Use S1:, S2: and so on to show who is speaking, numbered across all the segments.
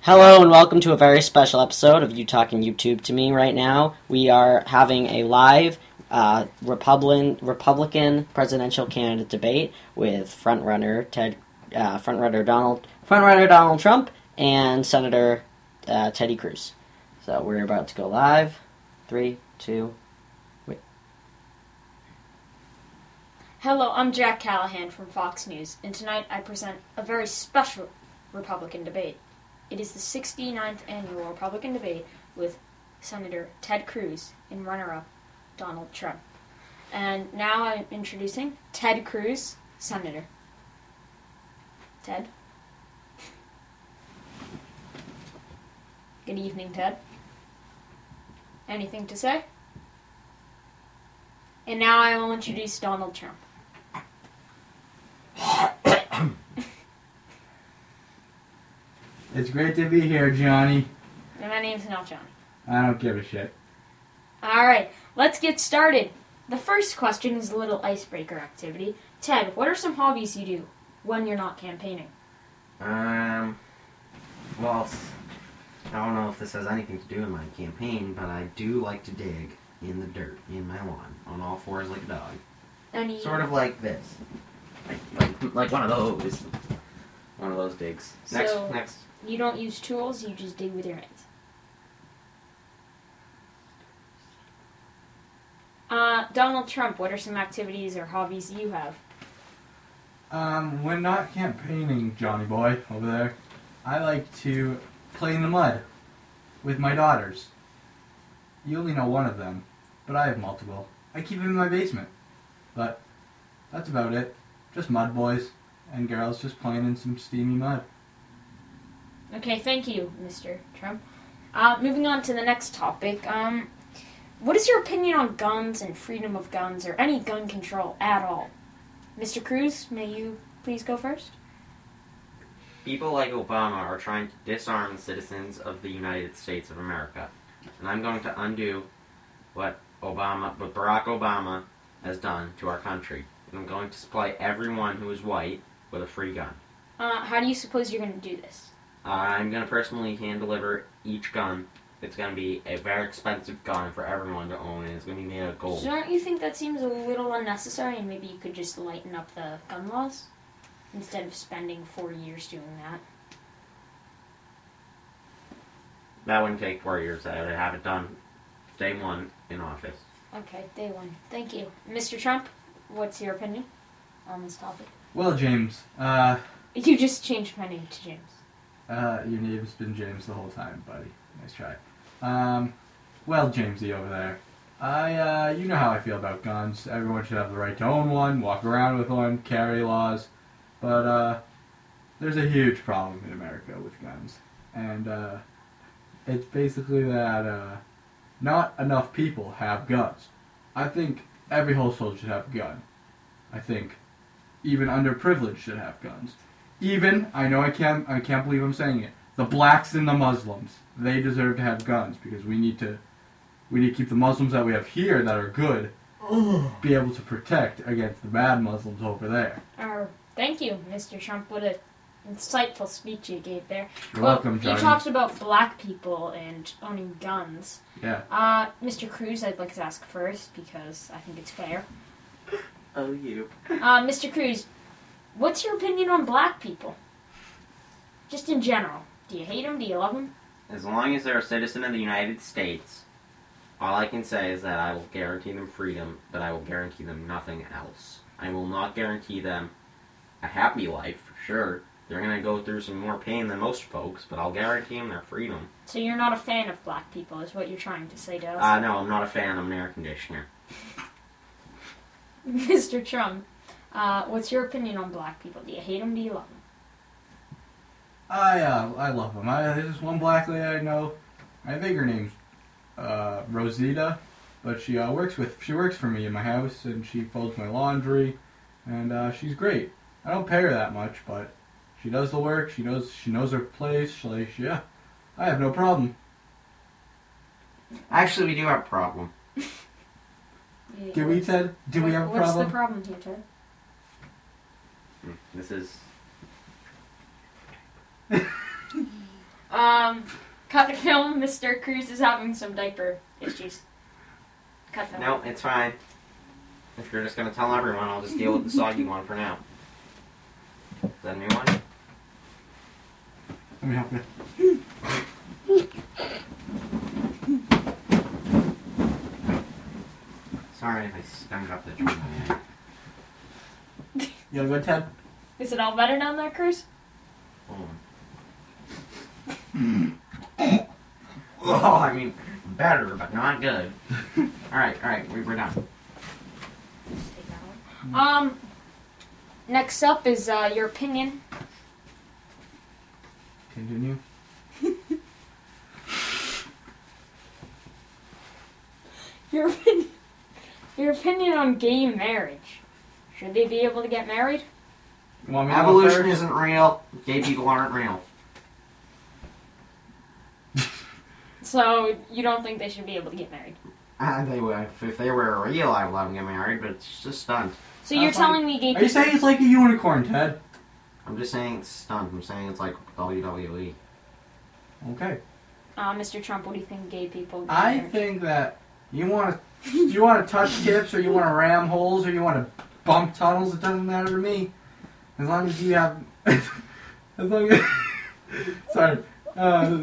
S1: Hello and welcome to a very special episode of You Talking YouTube to Me right now. We are having a live uh, Republican Republican presidential candidate debate with frontrunner Ted uh, frontrunner Donald frontrunner Donald Trump and Senator uh, Teddy Cruz. So we're about to go live. Three, two.
S2: Hello, I'm Jack Callahan from Fox News, and tonight I present a very special Republican debate. It is the 69th annual Republican debate with Senator Ted Cruz and runner up Donald Trump. And now I'm introducing Ted Cruz, Senator. Ted? Good evening, Ted. Anything to say? And now I will introduce Donald Trump.
S3: It's great to be here, Johnny.
S2: And my name's not John.
S3: I don't give a shit.
S2: All right, let's get started. The first question is a little icebreaker activity. Ted, what are some hobbies you do when you're not campaigning?
S4: Um, well, s- I don't know if this has anything to do with my campaign, but I do like to dig in the dirt in my lawn on all fours like a dog.
S2: Any
S4: Sort of like this. Like, like, like one of those. One of those digs. Next,
S2: So-
S4: next.
S2: you don't use tools, you just dig with your hands. Uh, Donald Trump, what are some activities or hobbies you have?
S3: Um, when not campaigning, Johnny boy over there, I like to play in the mud with my daughters. You only know one of them, but I have multiple. I keep them in my basement. But that's about it. Just mud boys and girls just playing in some steamy mud.
S2: Okay, thank you, Mr. Trump. Uh, moving on to the next topic. Um, what is your opinion on guns and freedom of guns or any gun control at all? Mr. Cruz, may you please go first?
S4: People like Obama are trying to disarm the citizens of the United States of America. And I'm going to undo what Obama, what Barack Obama has done to our country. And I'm going to supply everyone who is white with a free gun.
S2: Uh, how do you suppose you're going to do this?
S4: I'm gonna personally hand deliver each gun. It's gonna be a very expensive gun for everyone to own, and it's gonna be made of gold.
S2: Don't you think that seems a little unnecessary and maybe you could just lighten up the gun laws instead of spending four years doing that?
S4: That wouldn't take four years. I would have it done day one in office.
S2: Okay, day one. Thank you. Mr. Trump, what's your opinion on this topic?
S3: Well, James, uh,
S2: You just changed my name to James.
S3: Uh, your name's been James the whole time, buddy. Nice try. Um, well, Jamesy over there. I, uh, you know how I feel about guns. Everyone should have the right to own one, walk around with one, carry laws. But, uh, there's a huge problem in America with guns. And, uh, it's basically that, uh, not enough people have guns. I think every household should have a gun. I think even underprivileged should have guns even I know I can't I can't believe I'm saying it. The blacks and the Muslims, they deserve to have guns because we need to we need to keep the Muslims that we have here that are good be able to protect against the bad Muslims over there.
S2: Uh, thank you, Mr. Trump. What a insightful speech you gave there.
S3: You're
S2: Well,
S3: welcome,
S2: You
S3: Johnny.
S2: talked about black people and owning guns.
S3: Yeah.
S2: Uh, Mr. Cruz, I'd like to ask first because I think it's fair.
S4: Oh, you.
S2: Uh, Mr. Cruz, what's your opinion on black people? Just in general. Do you hate them? Do you love them?
S4: As long as they're a citizen of the United States, all I can say is that I will guarantee them freedom, but I will guarantee them nothing else. I will not guarantee them a happy life, for sure. They're gonna go through some more pain than most folks, but I'll guarantee them their freedom.
S2: So you're not a fan of black people, is what you're trying to say to us.
S4: Uh, no, I'm not a fan. I'm an air conditioner.
S2: Mr. Trump, uh, what's your opinion on black people? Do you hate them? Do you love them?
S3: I uh, I love them. I, there's this one black lady I know. I think her name's uh, Rosita, but she uh, works with she works for me in my house and she folds my laundry, and uh, she's great. I don't pay her that much, but she does the work. She knows she knows her place. She, like, she- yeah, I have no problem.
S4: Actually, we do have a problem.
S2: Do you-
S3: Do we, Ted? Do we
S2: what-
S3: have a
S2: What's the
S3: problem?
S2: problem here, Ted?
S4: This is
S2: Um, cut film. Mr. Cruz is having some diaper issues. Cut film.
S4: No, it's fine. If you're just gonna tell everyone, I'll just deal with the soggy one for now. Send me one.
S3: Let me help you.
S4: Sorry if I stummed up the joint.
S3: You all good, Ted?
S2: Is it all better down there, Cruz?
S4: Hold on. Oh, I mean, better, but not good. alright, alright, we, we're done.
S2: Take that one.
S3: Mm.
S2: Um, next up is uh, your opinion.
S3: Continue.
S2: Your opinion. Your opinion on gay marriage. Should they be able to get married?
S3: You want me to go
S4: Evolution
S3: first?
S4: isn't real, gay people aren't real.
S2: So you don't think they should be able to get married?
S4: Uh, they would, if- if they were real, I would let them get married, but it's just stunt.
S2: So
S3: Uh,
S2: you're
S3: fine.
S2: telling me gay
S3: Are you
S2: people?
S3: saying it's like a unicorn, Ted?
S4: I'm just saying it's stunt. I'm saying it's like E. WWE.
S3: Okay.
S2: Uh, Mr. Trump, what do you think gay people? get
S3: I
S2: married?
S3: think that you want to, you want to touch tips, or you want to ram holes, or you want to bump tunnels. It doesn't matter to me, as long as you have, as long as, sorry, uh,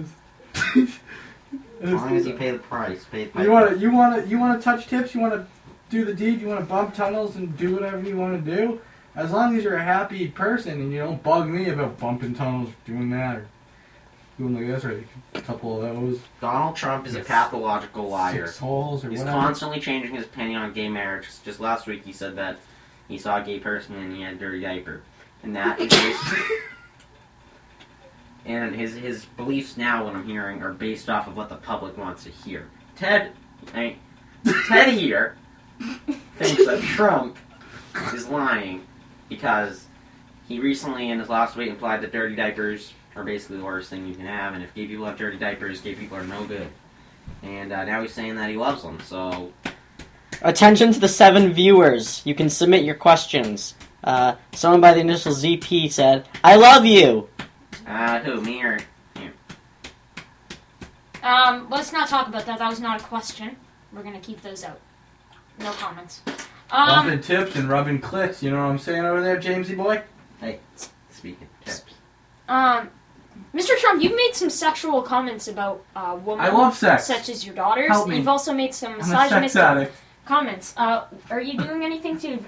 S4: As long as you pay the price, pay the
S3: You want to, you want to, you want to touch tips. You want to do the deed. You want to bump tunnels and do whatever you want to do. As long as you're a happy person and you don't bug me about bumping tunnels, doing that, or doing like this, or a couple of those
S4: Donald Trump is a
S3: Yes.
S4: pathological liar.
S3: six holes or
S4: He's
S3: whatever.
S4: constantly changing his opinion on gay marriage. Just last week, he said that he saw a gay person and he had a dirty diaper, and that is his. and his his beliefs now, what I'm hearing, are based off of what the public wants to hear. Ted, I, Ted here thinks that Trump is lying because he recently, in his last week, implied that dirty diapers are basically the worst thing you can have, and if gay people have dirty diapers, gay people are no good. And uh, now he's saying that he loves them, so
S1: Attention to the seven viewers. You can submit your questions. Uh, someone by the initial ZP said, I love you!
S4: Uh, who, me or?
S2: Um, let's not talk about that. That was not a question. We're gonna keep those out. No comments. Um,
S3: bumping tips and rubbing clits. You know what I'm saying over there, Jamesy boy?
S4: Speaking of tips.
S2: um, Mr. Trump, you've made some sexual comments about uh, women,
S3: I love sex.
S2: such as your daughters.
S3: Help me.
S2: You've also made some
S3: I'm a sex
S2: misogynistic
S3: addict.
S2: comments. Uh, are you doing anything to?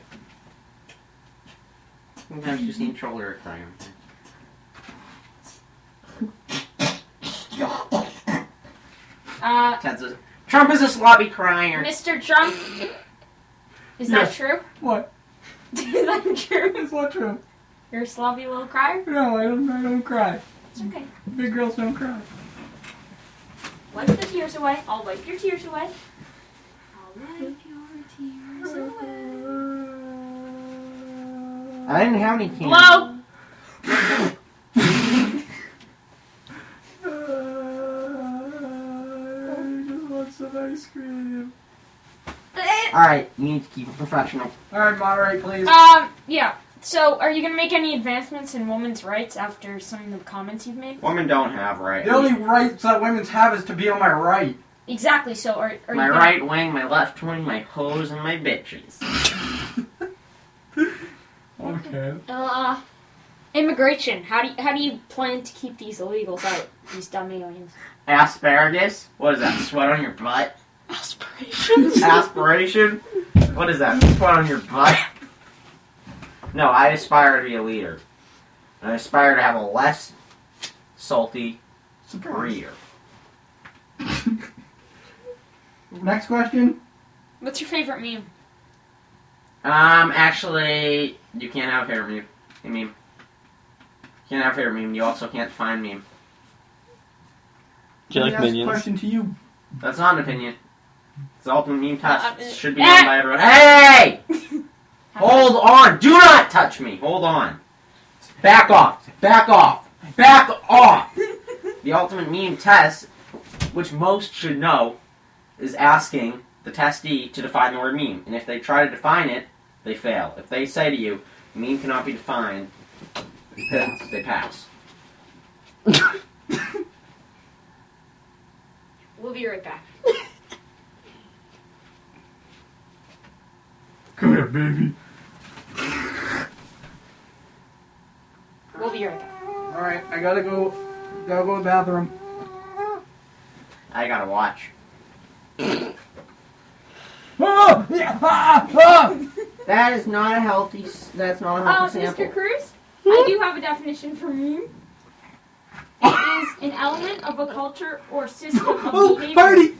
S4: Sometimes you just need shoulder to cry.
S2: Uh,
S4: Ted's a, Trump is a slobby crier.
S2: Mr. Trump, is that
S3: Yes.
S2: true?
S3: What?
S2: is that true?
S3: It's not true.
S2: You're a sloppy little crier.
S3: No, I don't. I don't cry.
S2: It's okay.
S3: Big girls don't cry.
S2: Wipe the tears away. I'll wipe your tears away.
S3: Hmm.
S4: I didn't have any cans.
S2: Blow.
S3: I just want some ice cream.
S2: Uh,
S4: Alright, you need to keep it professional.
S3: All right, moderate, please.
S2: Um, yeah. So, are you gonna make any advancements in women's rights after some of the comments you've made?
S4: Women don't have rights.
S3: The only rights that women's have is to be on my right.
S2: Exactly. So, are are
S4: my
S2: you? gonna-
S4: right wing, my left wing, my hoes, and my bitches.
S3: Okay.
S2: Uh, immigration. How do you, how do you plan to keep these illegals out? These dumb aliens.
S4: Asparagus? What is that? Sweat on your butt?
S1: Aspirations.
S4: Aspiration? What is that? Sweat on your butt? No, I aspire to be a leader. I aspire to have a less salty career.
S3: Next question.
S2: What's your favorite meme?
S4: Um, actually, you can't have a favorite meme. I mean, you can't have a favorite meme. You also can't find meme.
S1: Do you
S3: Let
S1: like
S3: me ask
S1: minions?
S3: A question to you.
S4: That's not an opinion. It's all from meme test.
S2: Uh, uh,
S4: It should be
S2: eh.
S4: done by everyone. Hey! Hold on! Do not touch me! Hold on. Back off! Back off! Back off! the ultimate meme test, which most should know, is asking the testee to define the word meme. And if they try to define it, they fail. If they say to you, meme cannot be defined, they pass.
S2: be right back.
S3: Come here, baby.
S2: We'll be right back.
S3: All right, I gotta go. Gotta go to the bathroom.
S4: I gotta watch.
S3: Ah! Yeah! Ah! Ah!
S4: That is not a healthy. s- That's not a
S2: Uh,
S4: healthy
S2: Mr.
S4: sample.
S2: Cruz, I do have a definition for meme. It is an element of a culture or system of
S3: Oh,
S2: behavior
S3: party!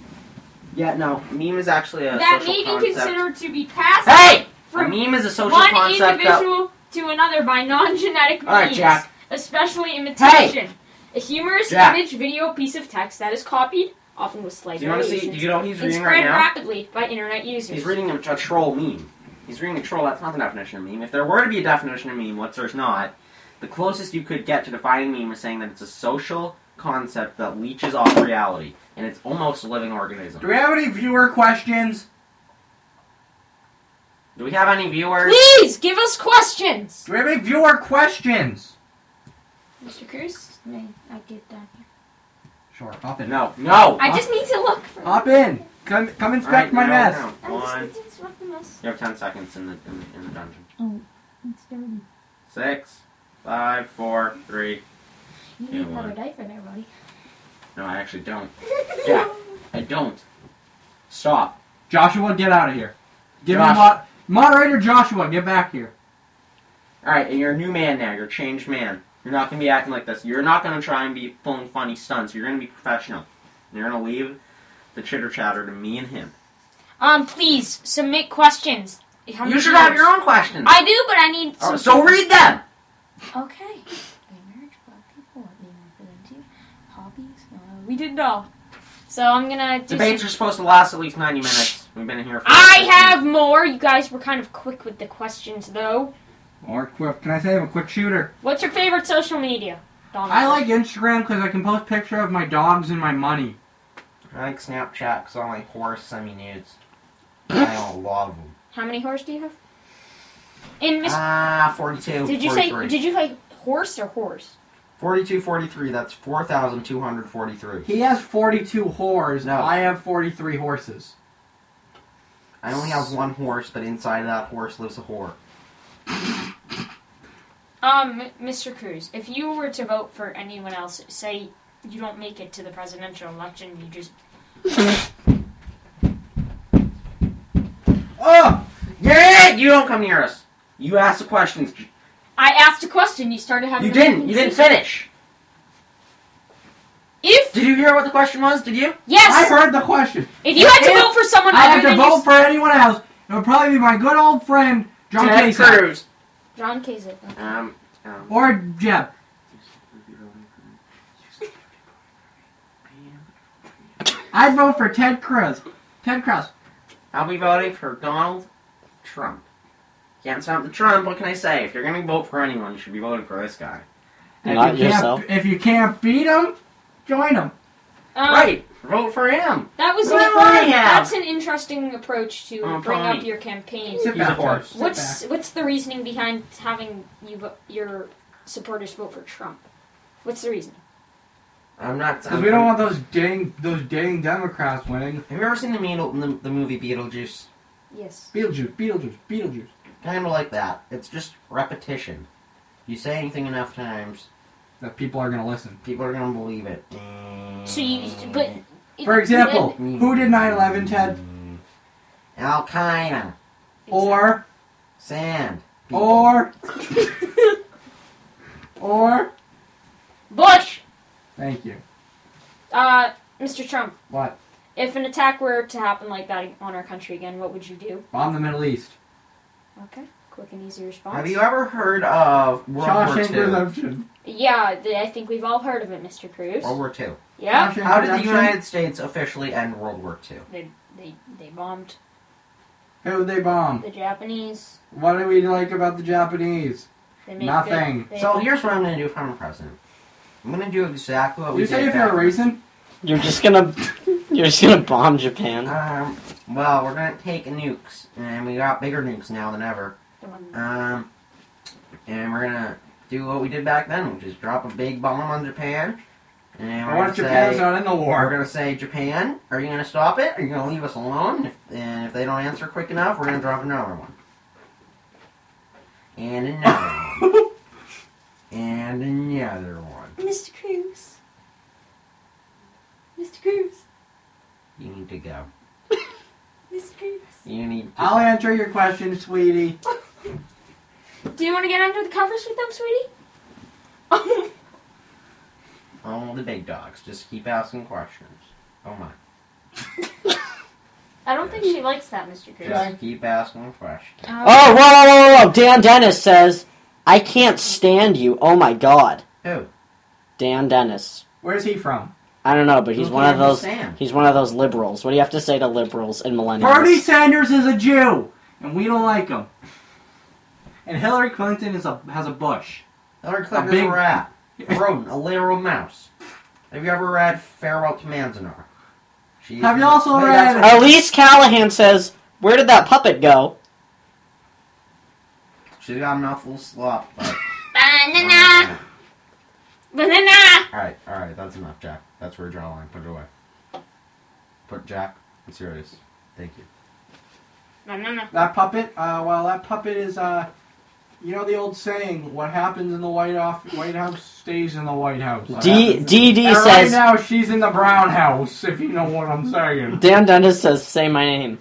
S4: Yeah, no. Meme is actually a
S2: that
S4: social
S2: may be
S4: concept.
S2: considered to be passed
S4: Hey, a
S2: from
S4: meme is a social
S2: one
S4: concept. That...
S2: individual to another by non-genetic means,
S4: All right, Jack.
S2: especially imitation. A humorous
S4: Jack.
S2: image, video, piece of text that is copied, often with slight
S4: Do you want to see? Do
S2: variations,
S4: you know what he's
S2: and
S4: reading
S2: spread
S4: right now?
S2: rapidly by internet users.
S4: He's reading a, a troll meme. He's reading a troll. That's not the definition of meme. If there were to be a definition of meme, which there's not, the closest you could get to defining meme is saying that it's a social concept that leeches off reality, and it's almost a living organism.
S3: Do we have any viewer questions?
S4: Do we have any viewers?
S2: Please give us questions,
S3: Do we have any viewer questions?
S2: Mr. Cruz. May I get that?
S3: Sure, hop in.
S4: No, no.
S2: I just need to look for.
S3: Hop in! Come, come
S4: All right,
S3: inspect my
S4: no,
S3: mess.
S4: no. One.
S2: Mr.
S4: You have ten seconds in the in, the- in the dungeon.
S5: It's dirty.
S4: Six, five, four, three.
S5: You
S4: Yeah,
S5: need another
S4: what?
S5: diaper there, buddy.
S4: No, I actually don't. Jack, I don't. Stop.
S3: Joshua, get out of here. Give me a
S4: Josh.
S3: mod- moderator Joshua, get back here.
S4: All right, and you're a new man now. You're a changed man. You're not gonna be acting like this. You're not gonna try and be pulling funny stunts. You're gonna be professional. And you're gonna leave the chitter chatter to me and him.
S2: Um, please submit questions. How
S4: you
S2: many
S4: should have
S2: viewers?
S4: your own questions.
S2: I do, but I need
S4: Oh,
S2: some.
S4: so read them.
S5: Okay. Gay marriage, black people, what do you want for them too? Hobbies? Uh,
S2: We did all. So I'm gonna do.
S4: Debates
S2: some-
S4: are supposed to last at least ninety minutes. We've been here. for
S2: I have more. You guys were kind of quick with the questions, though.
S3: Or quick, can I say I'm a quick shooter?
S2: What's your favorite social media? Donald.
S3: I like Instagram because I can post picture of my dogs and my money.
S4: I like Snapchat because I like horse semi nudes. I love them.
S2: How many horse do you have? In Miss,
S4: Ah, 42.
S2: did you say?
S4: 43.
S2: Did you say horse or horse?
S4: 42, 43, that's 4,243.
S3: He has 42 whores.
S4: No.
S3: I have 43 horses.
S4: I only have one horse, but inside of that horse lives a whore.
S2: Um, M- Mr. Cruz, if you were to vote for anyone else, say you don't make it to the presidential election, you just
S3: Oh!
S4: Yeah, you don't come near us. You asked the questions.
S2: I asked a question. You started having.
S4: You
S2: a
S4: didn't. You didn't
S2: conversation.
S4: finish.
S2: If
S4: Did you hear what the question was? Did you?
S3: I
S2: yes,
S3: heard the question.
S2: if you had to
S3: if
S2: vote for someone
S3: I
S2: other
S3: have to
S2: than
S3: vote
S2: you,
S3: for anyone else. It would probably be my good old friend, John
S4: Ted
S3: Kasich.
S4: Cruz.
S2: John Kasich. okay.
S4: Um, um.
S3: Or Jeb. I'd vote for Ted Cruz. Ted Cruz.
S4: I'll be voting for Donald Trump. Can't stop the Trump. What can I say? If you're going to vote for anyone, you should be voting for this guy.
S3: If
S1: Not
S3: you can't-
S1: yourself.
S3: If you can't beat him, join him.
S2: Um,
S4: right. Vote for him.
S2: That was
S4: Well,
S2: an-
S4: why have?
S2: that's an interesting approach to
S4: Oh,
S2: bring
S4: Tommy.
S2: up your campaign.
S4: He's a horse.
S3: Sit
S2: What's
S3: back.
S2: what's the reasoning behind having you vo- your supporters vote for Trump? What's the reason?
S4: I'm not.
S3: Because we don't want those dang those dang Democrats winning.
S4: Have you ever seen the, Beetle, the, the movie Beetlejuice?
S2: Yes.
S3: Beetlejuice, Beetlejuice, Beetlejuice.
S4: Kind of like that. It's just repetition. You say anything enough times,
S3: That people are gonna listen.
S4: people are going to believe it.
S2: So you, but
S3: For example, who did 9/11, Ted?
S4: Al Qaeda.
S3: Or
S4: Sand. people.
S3: or or.
S2: Bush,
S3: Thank you.
S2: uh, Mr. Trump,
S3: What?
S2: if an attack were to happen like that on our country again, what would you do?
S3: Bomb the Middle East.
S2: Okay, quick and easy response.
S4: Have you ever heard of World
S3: Shawshank
S4: War
S3: Redemption.
S2: yeah, th- I think we've all heard of it, Mr. Cruz.
S4: II? World War II.
S2: Yeah,
S3: Shawshank
S4: How did the
S3: Redemption.
S4: United States officially end World War II?
S2: they they they bombed
S3: Who they bomb?
S2: the Japanese.
S3: What do we like about the Japanese?
S2: They make
S3: Nothing.
S2: Good, they-
S4: So here's what I'm going to do if I'm president. I'm going to do exactly what we
S3: You
S4: did.
S3: say if you're a
S4: back-
S3: racist?
S1: You're just gonna, you're just gonna bomb Japan.
S4: Um, well, we're going to take nukes, and we got bigger nukes now than ever.
S2: the one-
S4: Um, and we're gonna do what we did back then, which is drop a big bomb on Japan, And we're
S3: What
S4: gonna
S3: if Japan's
S4: say-
S3: not in the
S4: We're
S3: war?
S4: going to say, Japan, are you going to stop it? Are you going to leave us alone? And if they don't answer quick enough, we're going to drop another one. And another one. And another one.
S2: Mr. Cruz. Mr. Cruz.
S4: You need to go.
S2: Mr. Cruz.
S4: You need to
S3: I'll answer your question, sweetie.
S2: Do you want to get under the covers with them, sweetie?
S4: all the big dogs. Just keep asking questions. Oh my.
S2: I don't think
S4: Yes.
S2: she likes that, Mr. Cruz. Um,
S4: Just keep asking questions.
S1: Oh, whoa, whoa, whoa, whoa! Dan Dennis says, "I can't stand you." Oh my god,
S4: Who?
S1: Dan Dennis.
S3: Where's he from?
S1: I don't know, but he's
S4: Who
S1: one of
S4: gave you
S1: those.
S4: Sam?
S1: He's one of those liberals. What do you have to say to liberals and millennials?
S3: Bernie Sanders is a Jew, and we don't like him. And Hillary Clinton is a has a Bush.
S4: Hillary Clinton
S3: big-
S4: is a rat. A rodent. A literal mouse. Have you ever read Farewell to Manzanar? She's
S3: Have you also
S4: Wait, that's
S3: read-
S4: her-
S1: Elise Callahan says, "Where did that puppet go?"
S4: She's got a mouthful of slop. but-
S2: Banana! Banana!
S4: Alright, alright, that's enough, Jack. That's where you draw the line. Put it away. Put Jack, I'm serious. Thank you.
S2: Banana.
S3: That puppet, uh, well, that puppet is, uh, you know the old saying: "What happens in the White House, White House stays in the White House." What
S1: D
S3: happens in-
S1: D D
S3: and right
S1: says.
S3: now she's in the Brown House, if you know what I'm saying.
S1: Dan Dennis says, "Say my name."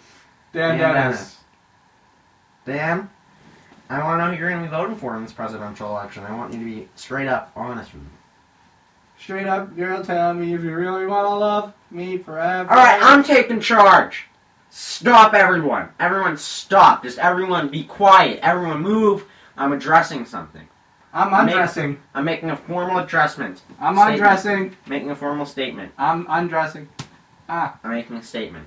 S3: Dan
S4: Yeah,
S3: Dennis.
S4: Dan, I want to know who you're going to be voting for in this presidential election. I want you to be straight up honest with me.
S3: Straight up, girl, tell me if you really want to love me forever.
S4: Alright, I'm taking charge. Stop everyone. Everyone stop. Just everyone be quiet. Everyone move. I'm addressing something.
S3: I'm undressing.
S4: I'm making a formal addressment.
S3: I'm
S4: Statement.
S3: undressing.
S4: Making a formal statement.
S3: I'm undressing.
S4: I'm making a statement.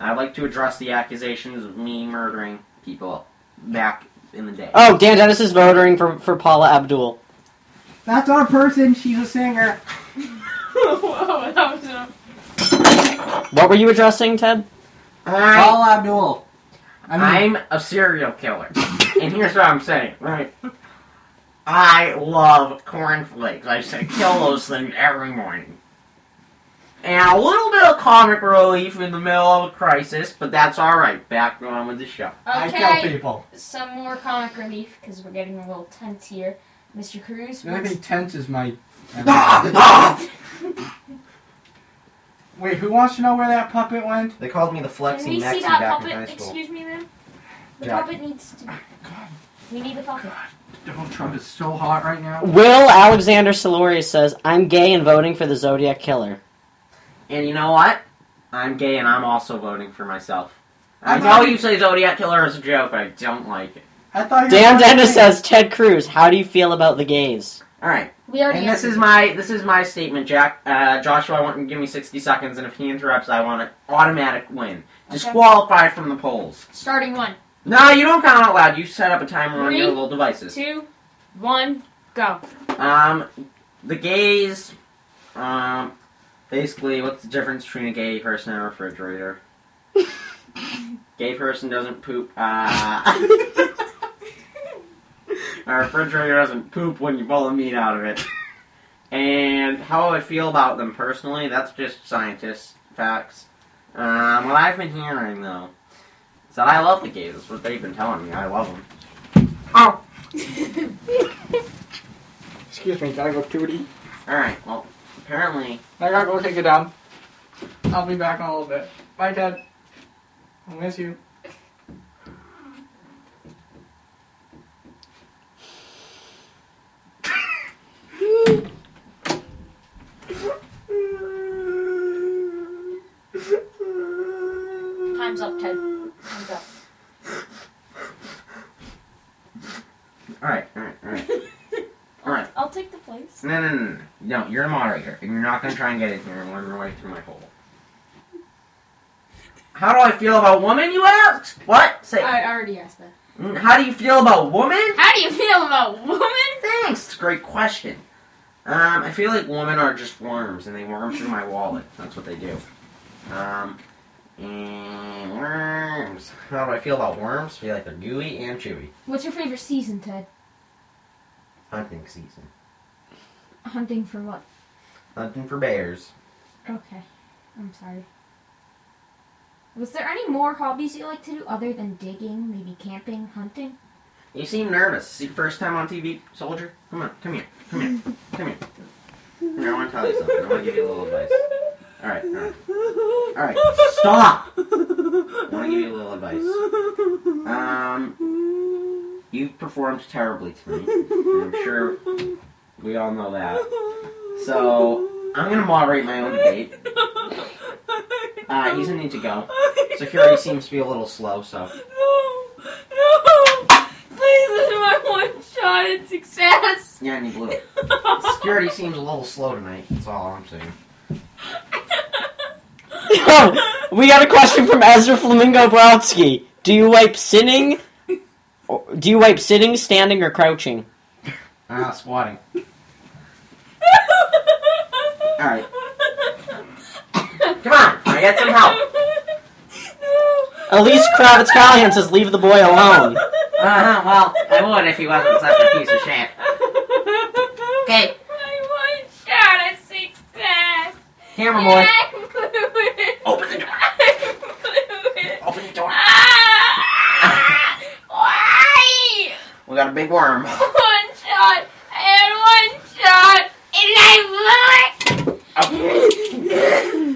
S4: I'd like to address the accusations of me murdering people back in the day.
S1: Oh, Dan Dennis is voting for for Paula Abdul.
S3: That's our person. She's a singer.
S2: Whoa, that was a...
S1: What were you addressing, Ted?
S4: I,
S3: Paul Abdul. I mean,
S4: am a serial killer. and here's what I'm saying, right? I love cornflakes. I used to kill those things every morning. And a little bit of comic relief in the middle of a crisis, but that's alright. Back on with the show.
S3: I
S2: Okay.
S3: kill people.
S2: some more comic relief because we're getting a little tense here. Mr. Cruz,
S3: I
S2: what's-
S3: think tense is my.
S1: Ah!
S4: they
S3: Wait, who wants to know where that puppet went?
S4: called me the
S2: can
S4: flexing
S2: we see
S4: Mexi
S2: that
S4: back in
S2: puppet?
S4: high school.
S2: Excuse me, ma'am. The
S4: Jack.
S2: puppet needs to. We need the puppet.
S3: Donald Trump is so hot right now.
S1: Will Alexander Silorius says, "I'm gay and voting for the Zodiac Killer."
S4: And you know what? I'm gay and I'm also voting for myself. I
S3: I'm
S4: know
S3: not-
S4: you say Zodiac Killer is a joke, but I don't like it.
S3: I thought you
S1: Dan
S3: were
S1: Dennis
S3: saying-
S1: says, "Ted Cruz, how do you feel about the gays?"
S4: Alright.
S2: We already.
S4: And this is my this is my statement, Jack. Uh, Joshua, I want you to give me sixty seconds, and if he interrupts, I want an automatic win. Disqualified from the polls.
S2: starting one,
S4: No, you don't count out loud. You set up a timer on your
S2: Three,
S4: little devices.
S2: two, one, go.
S4: Um, the gays. Um, basically, what's the difference between a gay person and a refrigerator? gay person doesn't poop. Uh, a refrigerator doesn't poop when you boil the meat out of it. And how I feel about them personally, that's just scientists' facts. Um, what I've been hearing though is that I love the gays. That's what they've been telling me. I love them. Oh,
S3: Excuse me, gotta go tootie.
S4: all right. Well, apparently
S3: I gotta go take a dump. I'll be back in a little bit. Bye, Ted. I miss you.
S2: Time's up, Ted. Time's up.
S4: Alright, alright, alright. alright.
S2: I'll take the place.
S4: No, no, no, no. No, you're a moderator, and you're not going to try and get in here and learn your way through my hole. How do I feel about women, you ask? What? Say,
S5: I already asked that.
S4: Mm, how do you feel about women?
S2: How do you feel about women?
S4: Thanks, it's a great question. Um, I feel like women are just worms, and they worm through my wallet. That's what they do. Um, and worms. How do I feel about worms? I feel like they're gooey and chewy.
S5: What's your favorite season, Ted?
S4: Hunting season.
S5: Hunting for what?
S4: Hunting for bears.
S6: Okay. I'm sorry. Was there any more hobbies you like to do other than digging, maybe camping, hunting?
S4: You seem nervous. Is it your first time on TV, soldier? Come on, come here, come here, come here. Here, I want to tell you something. I want to give you a little advice. All right, all right. All right, stop! I want to give you a little advice. Um, you've performed terribly tonight. and I'm sure we all know that. So, I'm going to moderate my own debate. Uh, he's going to need to go. Security seems to be a little slow, so.
S2: No, no! Please, this is my one shot at success.
S4: Yeah, and he blew it. Security seems a little slow tonight. That's all I'm saying.
S1: Oh, we got a question from Ezra Flamingo Brodsky. Do you wipe sitting? or- Do you wipe sitting, standing, or crouching?
S4: Ah, squatting. All right. Come on, I get some help.
S1: Elise Kravitz Callahan says, "Leave the boy alone."
S4: Uh-huh, well, I would if he wasn't such a piece of shit. Okay,
S2: My one shot at success.
S4: camera boy.
S2: I'm glued.
S4: Open the door.
S2: I'm glued.
S4: Open the door.
S2: Ah! Why?
S4: We got a big worm.
S2: One shot and one shot, and I blew it.
S4: Okay.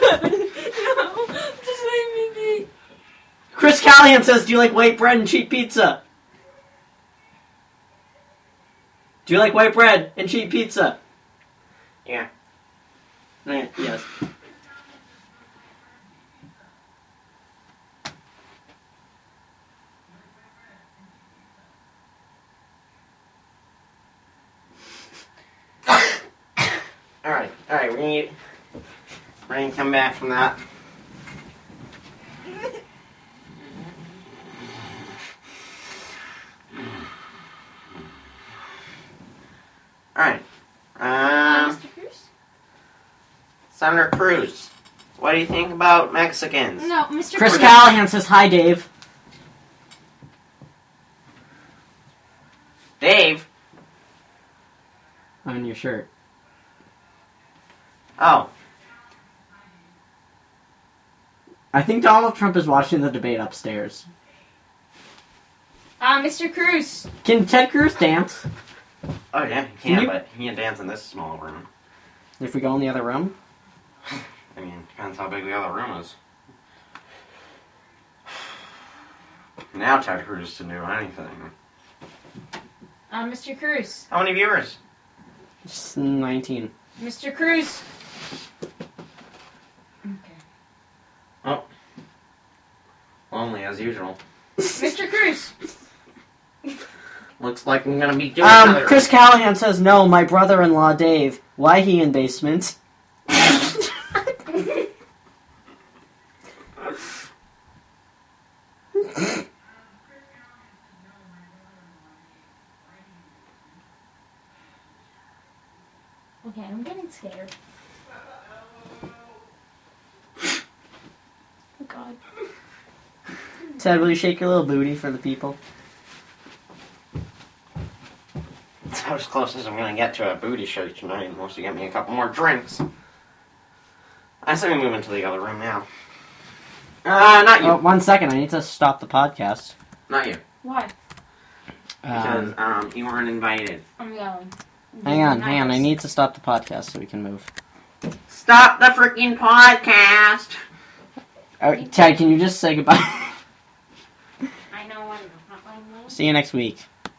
S2: no, just leave me be.
S1: Chris Callahan says, "Do you like white bread and cheap pizza?" Do you like white bread and cheap pizza?
S4: Yeah.
S1: Eh, yes.
S4: All right, all right. We need. We're gonna come back from that. All right.
S2: Uh,
S6: Uh,
S4: Um,
S2: Mr. Cruz?
S4: Senator Cruz, what do you think about Mexicans?
S2: No, Mr.
S1: Chris
S2: Cruz.
S1: Callahan says, "Hi, Dave."
S4: Dave.
S1: On your shirt.
S4: Oh,
S1: I think Donald Trump is watching the debate upstairs.
S2: Ah, Mr. Cruz.
S1: Can Ted Cruz dance?
S4: oh yeah, he
S1: Can
S4: can,
S1: you-
S4: but he can dance in this small room.
S1: If we go in the other room.
S4: I mean, depends how big the other room is. Now Ted Cruz to do anything.
S2: Ah, Mr. Cruz.
S4: How many viewers?
S1: Just 19.
S2: Mr. Cruz. Okay.
S4: Only as usual.
S2: Mr. Cruz.
S4: Looks like I'm gonna be doing
S1: Um,
S4: another-
S1: Chris Callahan says, no, my brother-in-law Dave. Why he in basement?
S6: Okay, I'm getting scared. Oh god.
S1: Ted, will you shake your little booty for the people?
S4: That's about as close as I'm gonna get to a booty shake tonight, unless you get me a couple more drinks. I say we move into the other room now. Uh, not you.
S1: Oh, one second. I need to stop the podcast.
S4: Not you.
S2: Why?
S1: Um,
S4: Because, um, you weren't invited.
S2: I'm going.
S1: hang on, hang on. I need to stop the podcast so we can move.
S4: Stop the freaking podcast!
S1: All right, Ted, can you just say goodbye?
S2: I know. I know. I know.
S1: See you next week.